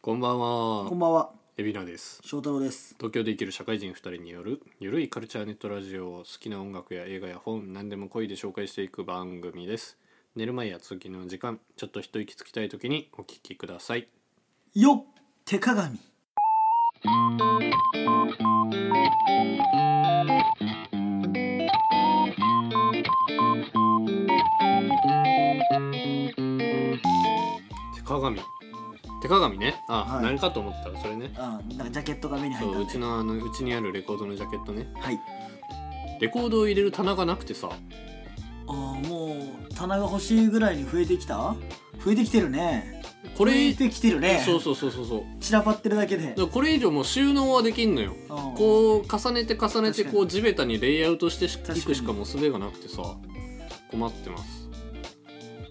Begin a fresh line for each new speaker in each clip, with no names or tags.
こんばん
こん
は。
ばんは、
エビナです。
翔太郎です。
東京で生きる社会人2人によるゆるいカルチャーネットラジオを好きな音楽や映画や本何でも恋で紹介していく番組です寝る前や通勤の時間ちょっと一息つきたい時にお聞きください
よっ、手鏡。
手鏡手鏡ねあ、
はい
何かと思ったらそれね
あ、なんかジャケットが目に入
そ
った
うんう
で
ちのあのうちにあるレコードのジャケットね
はい。
レコードを入れる棚がなくてさ
あー、もう棚が欲しいぐらいに増えてきた？増えてきてるね。
こ
増
れ
えてきてるね。
そうそうそうそうそう
散らばってるだけで
だか。らこれ以上もう収納はできんのよ
あー
こう重ねて重ねて
確かに
こう地べたにレイアウトしてし
かに
いくしかもう術がなくてさ困ってます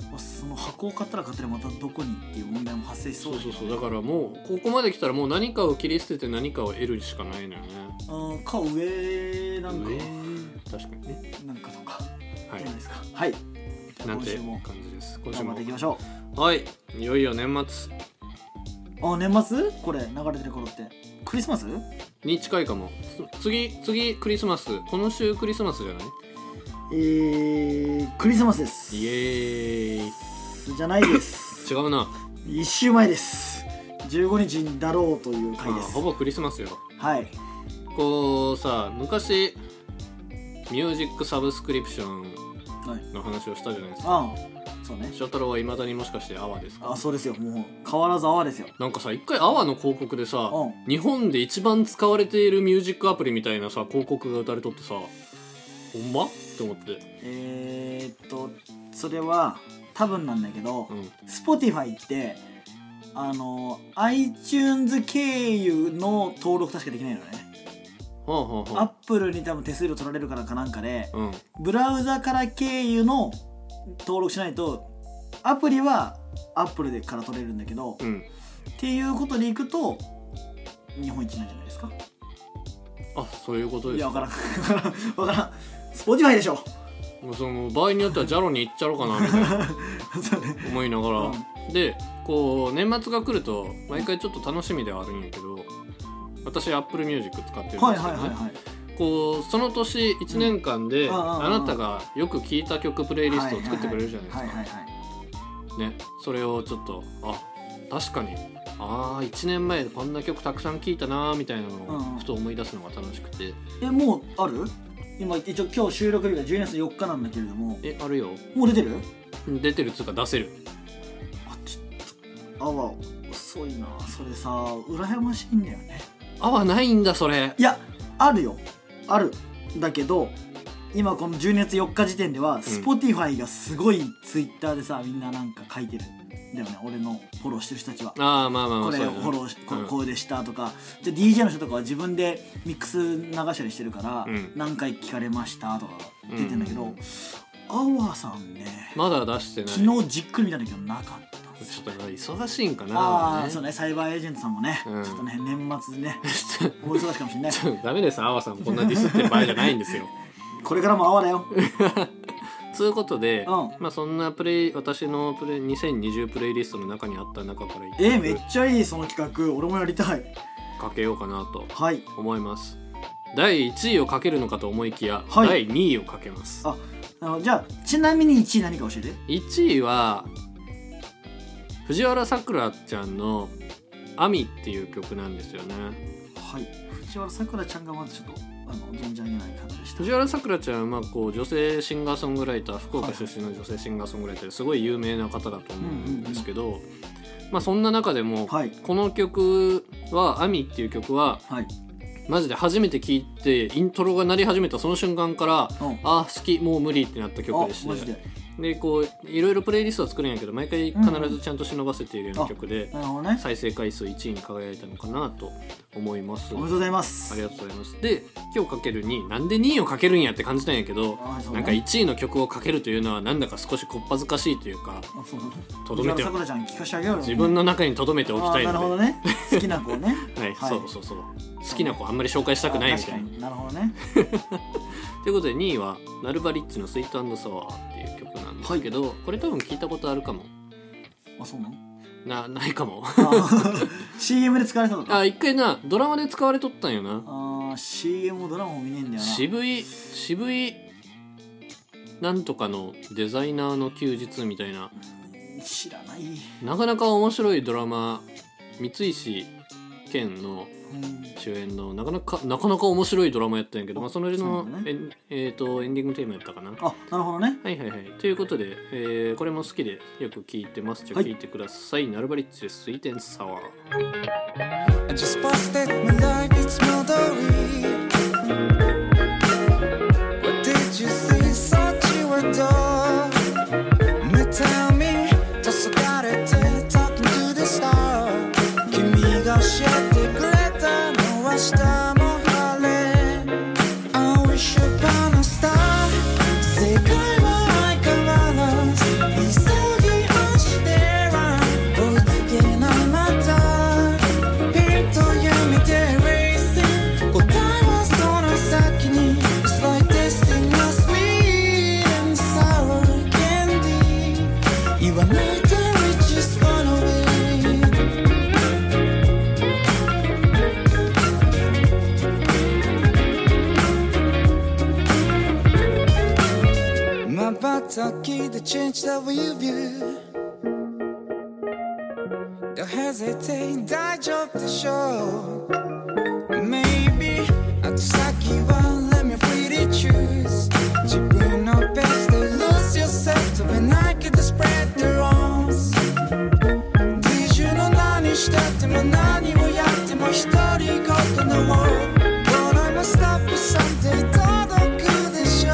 まあその箱を買ったら買ったらまたどこにっていう問題も発生しそ
そうう
だけ
そ
ど
うそうだからもうここまで来たらもう何かを切り捨てて何かを得るしかないのよね
あーか上なんか
上確かにね
なんかとか
は
じゃないで
い
すか。はい。
なんて
今週も
感じです今週
頑張っ
も
ていきましょ
はいいよいよ年末
う。あー、年末？これ流れてる頃ってクリスマス？
に近いかもつ次次クリスマスこの週クリスマスじゃない
えー、クリスマスです。
イエーイ
じゃないです。
違うな
一週前です15日にだろうという回で
あ
す
ほぼクリスマスよ
はい
こうさ昔ミュージックサブスクリプション
はい
の話をしたじゃないですか
ああそうね
翔太郎はいまだにもしかしてアワですか
あそうですよもう変わらず泡ですよ
なんかさ一回アワの広告でさ、
うん
日本で一番使われているミュージックアプリみたいなさ広告が打たれとってさほんまって思って
えー、っとそれは多分なんだけど、
うん
Spotify ってあの iTunes 経由の登録確かできないのね、
はあはあはあ
Apple に多分手数料取られるからかなんかで
うん
ブラウザから経由の登録しないとアプリは Apple でから取れるんだけど、
うん
っていうことでいくと日本一なんじゃないですか
あそういうこと
い
です
や
か
分からん 分からん分からんスポーティファイでしょ
もうその場合によってはジャロに行っちゃろうかなみたいな
そうね
思いながら、
う
でこう年末が来ると毎回ちょっと楽しみではあるんやけど私 AppleMusic 使ってるんですよね、
はいはいはいはい
こうその年1年間で、
うんああああ
あなたがよく聴いた曲プレイリストを作ってくれるじゃないですか、
はいはいはい
ね、それをちょっとあ確かにあ1年前こんな曲たくさん聴いたなーみたいな
うん
の
う
を
ん
ふと思い出すのが楽しくて、
えもうある今一応今日収録日が12月4日なんだけれども
えあるよ
もう出てる
出てるっつうか出せる
あちょっとあわ遅いなそれさ羨ましいんだよね
あはないんだそれ
いやあるよあるだけど今この12月4日時点では Spotify がすごい Twitter でさみんななんか書いてるんだよね俺のフォローしてる人たちは
ああまあまあま
こ
あ
れ
や
を
な
フォローしこ
うん
こうでしたとかじゃあ DJ の人とかは自分でミックス流したりしてるから
うん
何回聞かれましたとか出てんだけ
うん
どアワーさんね
まだ出してないちょ
昨日じっくり見たんだけどなかったんですよ
っと忙しいんかな
ああ
ね
そうねサイバーエージェントさんもねち
う
ょ
ん
っとね年末ねお忙しいかもしれない
ちょっとダメですアワさんこんなディスってる場合じゃないんです よ
これからもアワーだよ
つうことで、
うん
まあそんなプレイ私のプレイ2020プレイリストの中にあった中から
え
一
ー、めっ
曲
ちゃいいその企画俺もやりたい
かけようかなと
はい
思います第1位をかけるのかと思いきや、
はい
第2位をかけます
ああのじゃあちなみに1位何か教えて
1位は藤原さくらちゃんの「アミ」っていう曲なんですよね
はい藤原さくらちゃんがまずちょっとあの存じ上げない方でした
藤原さくらちゃんはまあこう女性シンガーソングライター福岡出身の女性シンガーソングライターですごい有名な方だと思うんですけど、まあ、そんな中でも
はい
この曲は「アミ」っていう曲は
はい
マジで初めて聴いてイントロが鳴り始めたその瞬間から
うん
「あ好きもう無理」ってなった曲でし
あマジ
て
で
でこういろいろプレイリストは作るんやけど毎回必ずちゃんと忍ばせているような曲で
なるほどね
再生回数1位に輝いたのかなと思います
おめでとうございます
ありがとうございますで今日かける2なんで2位をかけるんやって感じたんやけど
あそう
な
ね
んか1位の曲をかけるというのはなんだか少しこっぱずかしいというか
あそうそう
とど
藤
めて
原さくらちゃん聞かしてあげようよ
自分の中にとどめておきたい
あなるほ
の
ど
で、
ね好きな子 をね
はい
はい
そうそうそう好きな子あんまり紹介したくないみた
あ
い
確
な
かになるほ どね
ということで2位はナルバリッチの「スイートサワー」っていう曲なんですけど、これ多分聞いたことあるかも
あそうなの
なないかも
あ CM で使われたとか
あ一回なドラマで使われとったんよな
あー CM もドラマも見ねえんだよな
渋い渋いなんとかのデザイナーの休日みたいな
知らない、
なかなか面白いドラマ三石健の主演のなかなかなかなか面白いドラマやったんやけど、まあ、その
そ
の
うなんだ
エン,、えー、とエンディングテーマやったかな。は
あなるほどね
いはいはい、ということで、えーこれも好きでよく聞いてます。じゃあ
はい
聞いてください。ナルバリッチでスイーテンサワー。
I just busted my life, it's melody. What did you see? Such you were done. Me tell me, just about it, talking to the star. Kimi ga shete kureta no ashita mo hare. I wish upon a star. 世界は相変わらず急ぎ足では追いつけないまた「ピンと弓でレース」「答えはその先に」「It's like tasting a sweet and sour candy」「言わないで we just wanna be」まばたきで change the review Don't hesitate 大丈夫でしょう Maybe 後先は let me freely choose 自分のペースで lose yourself 飛べないけど spread the arms 自重の何したっても何をやっても一人ごとの world But I must stop for something 届くでしょう I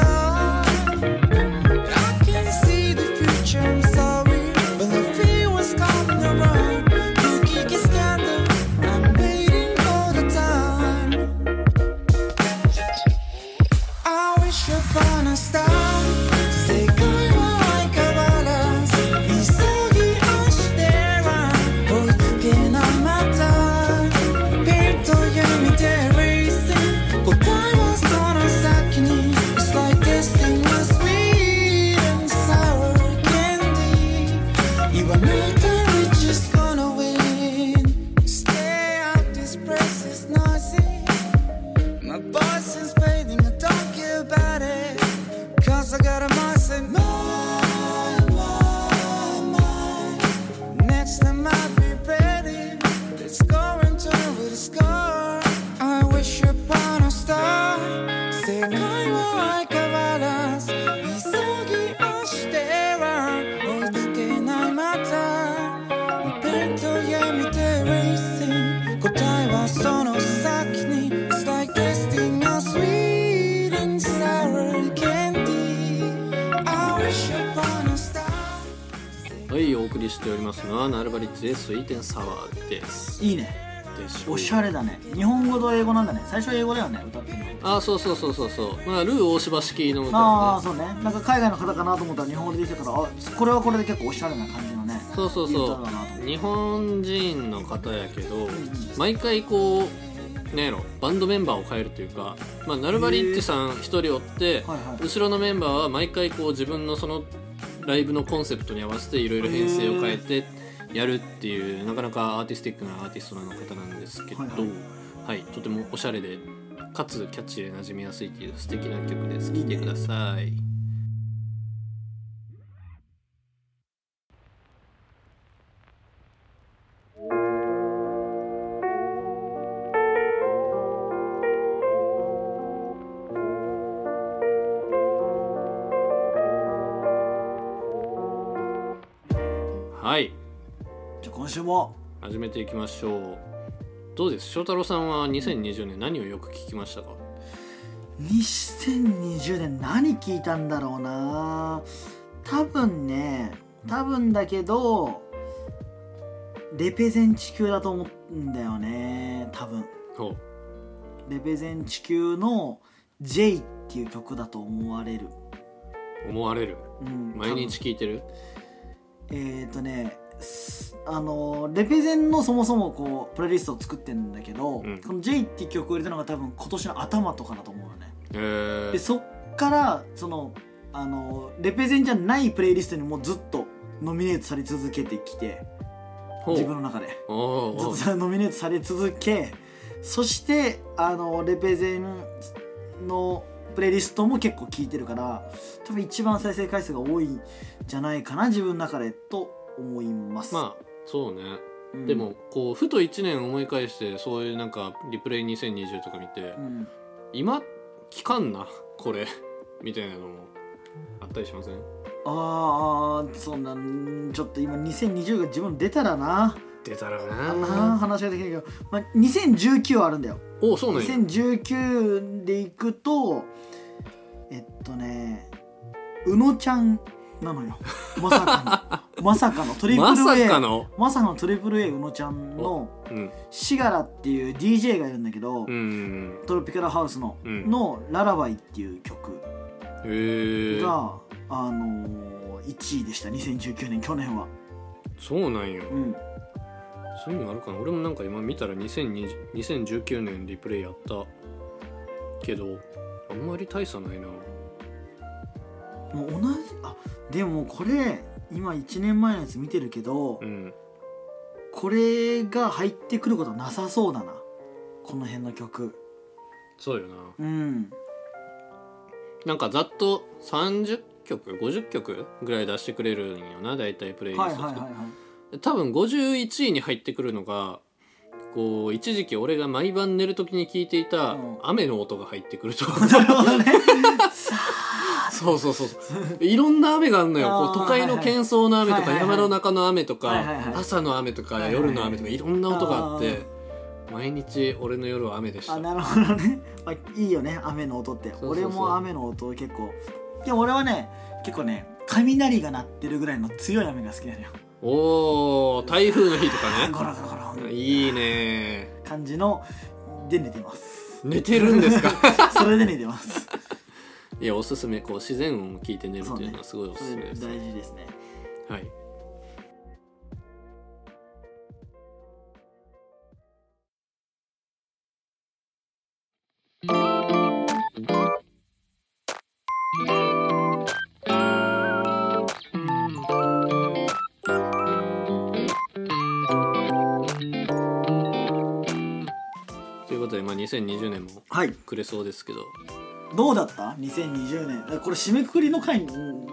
can see the future, I'm sorry. But the fear was coming around. Cookie is scandal. I'm waiting all the time. I wish upon a star. 世界は相変わらず急ぎ足では追いつけないまたピンと弓でレース答えはその先に It's like tasting a sweet and sour candy 言わないで we just gonna win Stay out this place is noisy My voice is fading, I don't care about it. Cause I got a mindset. My, my, my. Next time I'll be ready. Let's go and turn with a score. I wish upon a star. 世界は相変わらず急ぎ足しては追いつけないまたペンと闇で racing 答えはその先に It's like tasting a sweet and sour candy I wish upon a star
はい、お送りしておりますのはナルバリッチでスイーテンサワーです。
いいね
でしょう
おしゃれだね日本語と英語なんだね最初は英語だよね歌ってるの
あ、そうそうそうそうそう。まあルー大柴式の歌
ああ
だ
ー
ね。
そうねなんか海外の方かなと思ったら日本語でできたからあこれはこれで結構おしゃれな感じのね
そうそう
いい歌
そ
だなと思っ
う。
て
日本人の方やけど、毎回こう、なんやろ、バンドメンバーを変えるというか、まあナルバリッチさん一人おって、
はいはい
後ろのメンバーは毎回こう自分のそのライブのコンセプトに合わせていろいろ編成を変えてやるっていうなかなかアーティスティックなアーティストの方なんですけど、は
はいいはい
とてもおしゃれでかつキャッチーで馴染みやすいっていう素敵な曲です聴いてください。はい
じゃあ今週も
始めていきましょうどうです翔太郎さんは2020年何をよく聞きましたか
2020年何聞いたんだろうな多分ね多分だけどレペゼン地球だと思うんだよね多分
ほう
レペゼン地球の「J」っていう曲だと思われる、
思われる
うん、
毎日聞いてる
多分えっ、ー、とねすあのレペゼンのそもそもこうプレイリストを作ってるんだけど、
うん
この「J」っていう曲を入れたのが多分今年の頭とかだと思うのね
えー
でそっからそのあのレペゼンじゃないプレイリストにもずっとノミネートされ続けてきて
ほう
自分の中で
おお
ずっ
お
と
う
それノミネートされ続けそしてあのレペゼンのプレイリストも結構聴いてるから多分一番再生回数が多いんじゃないかな自分の中でと思います、
まあそうね
うん
でもこうふと1年思い返してそういうなんか「リプレイ2020」とか見て
うん
今聞かんなこれ みたいなのもあったりしません
あーあーそんなうんちょっと今2020が自分出たらな
出たら
あー話ができないけど、まあ、2019はあるんだよ
おおそうなんや
2019でいくとえっとねうのちゃんな のよまさかのまさかのトリプル A
まさかの
まさかのトリプル A うのちゃんの
うん
シガラっていう DJ がいるんだけど、
うん
トロピカルハウスの、
うん
の「ララバイ」っていう曲
へえ
が、あのー、1位でした2019年去年は、
そうなんや
うん、
そういうのあるかな俺もなんか今見たら2020 2019年リプレイやったけどあんまり大差ないな
もう同じあでもこれ今1年前のやつ見てるけど、
うん
これが入ってくることはなさそうだなこの辺の曲
そうよな
うん
なんかざっと30曲50曲ぐらい出してくれるんよな大体プレイリ
はい
ス
はい
ト
は
作っ
いは
て
い
多分51位に入ってくるのがこう一時期俺が毎晩寝る時に聞いていた
うん
雨の音が入ってくる と
なるほどねさ
そうそうそうそういろんな雨があるのよこ
あー
う都会の喧騒の雨と
はい
か
はいはい
山の中の雨と
はいはいはい
か朝の雨と
はい
か
はいはい
夜の雨とかいろんな音があって毎日俺の夜は雨でし
あ
た
あなるほどね、まあ、いいよね雨の音って
そうそう
俺も雨の音結構で俺はね結構ね雷が鳴ってるぐらいの強い雨が好きなのよ
おー台風の日と
ゴ
か
ロゴロゴロ
ねいいね
感じので寝てます
寝てるんですか
それで寝てます
いやおすすめこう自然音を聞いて寝るというのはすごいお
そ
すすめ
れ
です、
大事ですね
はいということで、まあ、2020年も
はい
くれそうですけど
どうだった2020年だからこれ締めくくりの回に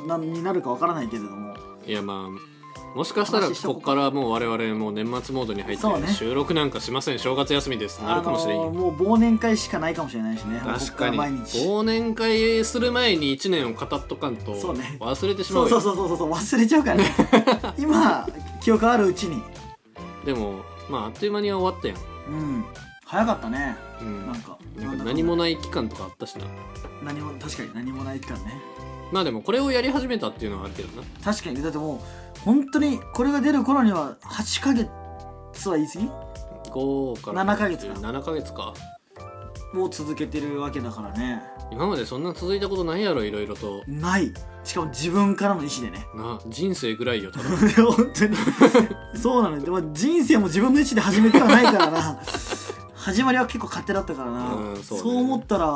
なになるかわからないけれども
いやまあもしかしたら
話しとこ
こ
う
こからもう我々もう年末モードに入っ
そうね
て収録なんかしません、正月休みですってなるかもしれん
あの
よ、
ーもう忘年会しかないかもしれないしね
確かに
こっら毎日
忘年会する前に1年を語っとかんと
そうね
忘れてしま
そうう
よ
そうそうそうそう忘れちゃうか らね今記憶あるうちに
でもまああっという間に終わったや
うん早かったね
ん、うん
なんか
なんか
だ
何もない期間とかあったしな
何も確かに何もないからね
まあでもこれをやり始めたっていうのはあるけどな
確かにだってもう本当にこれが出る頃には8ヶ月は言い過ぎ
5から
7ヶ月か
7ヶ月か
もう続けてるわけだからね
今までそんな続いたことないやろいろいろと
ないしかも自分からの意思でね
な人生ぐらいよ多分
本当にそうなのよでも人生も自分の意思で始めてはないからな始まりは結構勝手だったからな、
うんそうね
思ったら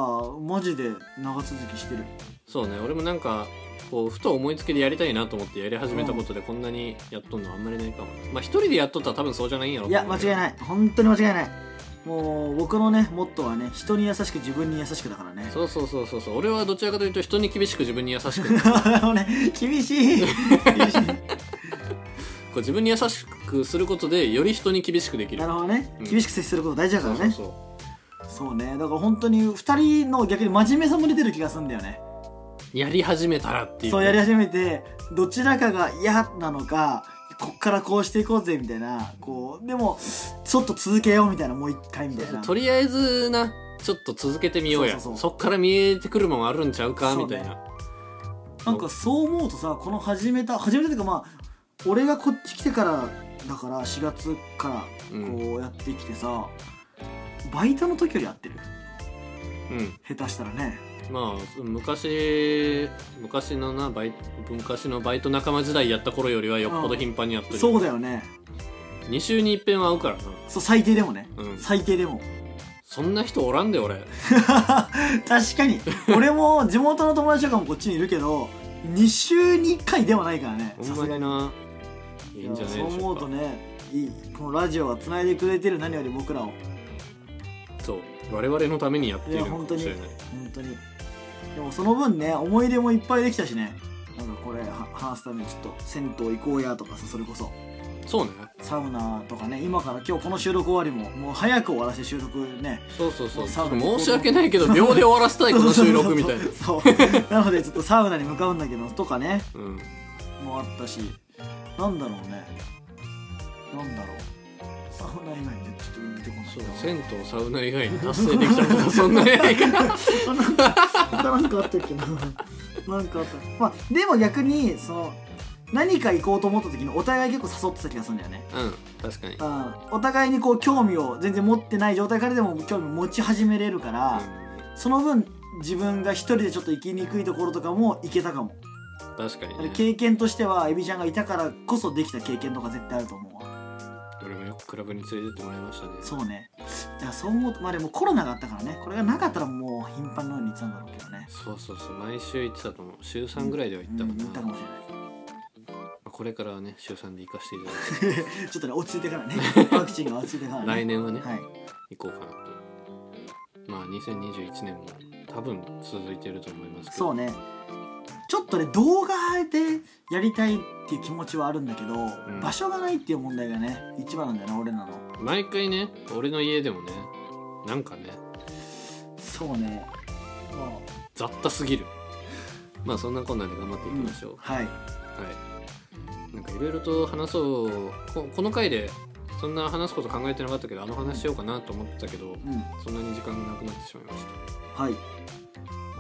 マジで長続きしてる
そうね俺もなんかこうふと思いつきでやりたいなと思ってやり始めたことでこんなにやっとんのあんまりないかもねまあ一人でやっとったら多分そうじゃないんやろ
いや間違い
い
ない本当に間違いないもう僕のねモットーはね人に優しく自分に優しくだからね
そうそうそうそうそう俺はどちらかというと人に厳しく自分に優しくこ
あのね厳しい厳しいう
自分に優しくすることでより人に厳しくでき る
なるほどね、
うん
厳しく接すること大事だからね
そう
そ
そううそ
ねだから本当に2人の逆に真面目さも出てる気がするんだよね
うやり始めたらっていう
そうやり始めてどちらかが嫌なのかこっからこうしていこうぜみたいなこうでもちょっと続けようみたいなもう一回みたいな
とりあえずなちょっと続けてみようや
そうそうそう
っから見えてくるもんあるんちゃうか
そう
み
ね
たいな
なんかそう思うとさこの始めた始めたというかまあ俺がこっち来てからだから4月から
うん
こうやってきてさ、バイトの時よりやってる
うん
下手したらね
まあ昔昔のなバイ昔のバイト仲間時代やった頃よりはよっぽど頻繁にやってる
そうだよね
2週に一遍は会うからな
そう最低でもね、
うん
最低でも
そんな人おらんで俺
確かに俺も地元の友達とかもこっちにいるけど2週に1回ではないからね
ほ
さ
んます
が
に
に
ないいんじゃない
や
で
そう
し
思
ょう
う
か
とねいいこのラジオはつないでくれてる何より僕らを
そう我々のためにやってい
いや
るの
本
か
当
も
に
しれ
本
ない
当にでもその分ね思い出もいっぱいできたしねなんかこれは話すためにちょっと銭湯行こうやとかさそれこそ
そうね
サウナとかね今から今日この収録終わりももう早く終わらせて収録ね
そうそうそうち
サ
ょっ
ウナ
と申し訳ないけど秒で終わらせたいこの収録みたいな
そうそうそうなのでちょっとサウナに向かうんだけどとかね
うん
もあったしなんだろうねなんだろうサウナ以外にちょっと出てこない
そう銭湯サウナ以外に達成できたことはそんなにない から
あなんか他なんかあったっけななんかあったまあでも逆にその何か行こうと思った時にお互い結構誘ってた気がするんだよね
うん確かに
うんお互いにこう興味を全然持ってない状態からでも興味を持ち始めれるから、その分自分が一人でちょっと行きにくいところとかも行けたかも、
うん確かに
あれ
ね
経験としてはエビちゃんがいたからこそできた経験とか絶対あると思うわ
俺もよくクラブに連れてってもらいましたね
そうねいやそう思うとまあでもコロナがあったからねこれがなかったらもう頻繁なように行ってたんだろうけどね
そうそうそう毎週行ってたと思う週3ぐらいでは行った
う
か
ん行っ
な、
たか
ま
もしれない
あこれからはね週3で行かせていただい
ちょっとね落ち着い てからねワクチンが落ち着いてから
て
ね
来年はね、
はい
行こうかなとまあ2021年も多分続いてると思いますけど
そうねちょっとね動画でやりたいっていう気持ちはあるんだけど、
ん
場所がないっていう問題がね一番なんだよな俺らの
毎回ね俺の家でもねなんかね
そうねま
雑多すぎるまあそんなこんなで頑張っていき
あ
ましょう、
んはい
はいなんかいろいろと話そうここの回でそんな話すこと考えてなかったけどあの話しようかなと思ってたけど、
うん
そんなに時間がなくなってしまいました
はい
こ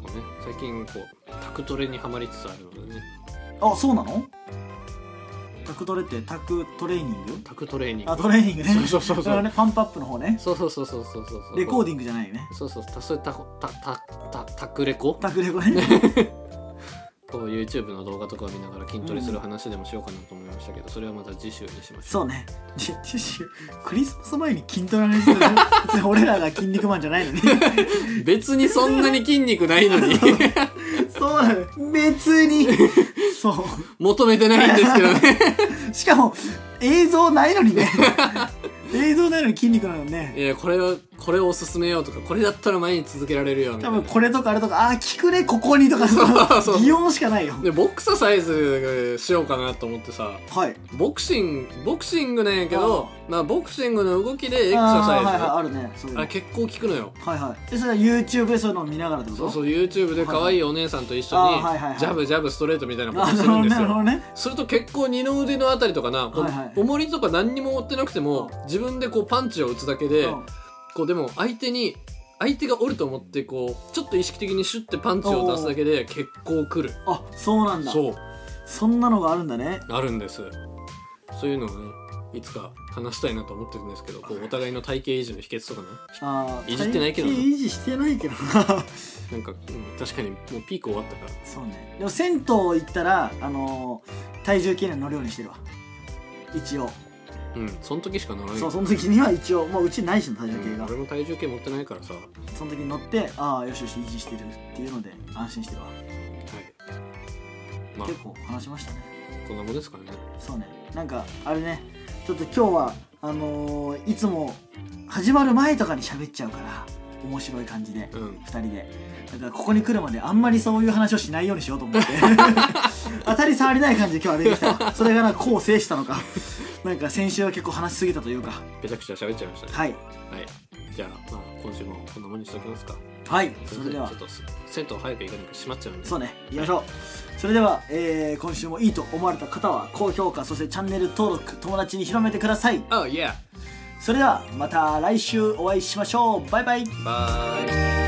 うね最近こうタクトレにはまりつつあるのでね
あそうなのタクトレってタクトレーニング
タクトレーニング
あトレーニングね
そうそうそうそう
れはねパンプアップの方ね
そうそうそうそうそうそうそう
レコー
ィ
ディングじゃないよね
そうそうたそうたたたたタクレコ
タクレコね
こう YouTube の動画とかを見ながら筋トレする話でもしようかなと思いましたけど、それはまた次週にしましょう
そうねじ次週クリスマス前に筋トレの話する別に 俺らが筋肉マンじゃないの に
別にそんなに筋肉ないのに
そうなの別にそ
求めてないんですけどね
うしかも映像ないのにね映像ないのに筋肉なのね
いやこれはこれをおすすめようとかこれだったら前に続けられるよみたい
多
な
分これとかあれとかあー聞くねここにとかそ
そう そう
の擬音しかないよ
でボクサーサイズしようかなと思ってさ
はい
ボクシングボクシングなんやけどまあボクシングの動きでエク
あ
ササイズ
ーはいはい
あ,、
あるねそういうの
れ結構効くのよ
はいはいでそれは YouTube でそういうのを見ながらってこと
そうそう YouTube で可愛いお姉さんと一緒に、
あーはいはいはい
ジャブジャブストレートみたいなこ
あ
とす
な
る
るほ
んで
どな
す
るほど
よ
ね
すると結構二の腕のあたりとかな、こう
はいはい
重りとか何にも持ってなくても自分でこうパンチを打つだけで、
うん
こうでも相手に相手がおると思ってこうちょっと意識的にシュッてパンチを出すだけで結構くる
あそうなんだ
そう
そんなのがあるんだね
あるんですそういうのをねいつか話したいなと思ってるんですけどこうお互いの体型維持の秘訣とかね
あー
いじってないけどな
体型維持してないけどな
なんか、うん、確かにもうピーク終わったから
そうねでも銭湯行ったらあのー体重計には乗るようにしてるわ一応
うんその時しか乗らない
そうその時には一応もううちないしの体重計
うん
が、
俺も体重計持ってないからさ、はい、
その時に乗ってああよしよし維持してるっていうので安心してるわ
まあ
結構話しましたね
こんなもんですかね
そうねなんかあれねちょっと今日はあのーいつも始まる前とかに喋っちゃうから面白い感じで
うん
2人でだからここに来るまであんまりそういう話をしないようにしようと思って 当たり障りない感じで今日はできたわそれがなんか構成したのか なんか先週は結構話しすぎたというか
ペタクチャ喋っちゃいましたね
はい
はいじゃあ,、まあ今週もこんなもんにしときますか
はいそれでは
ちょっと銭湯早く行かなきゃ閉まっちゃうんで
そうね行きましょうそれでは、えー今週もいいと思われた方は高評価そしてチャンネル登録友達に広めてください
Oh yeah
それではまた来週お会いしましょうバイバイ
Bye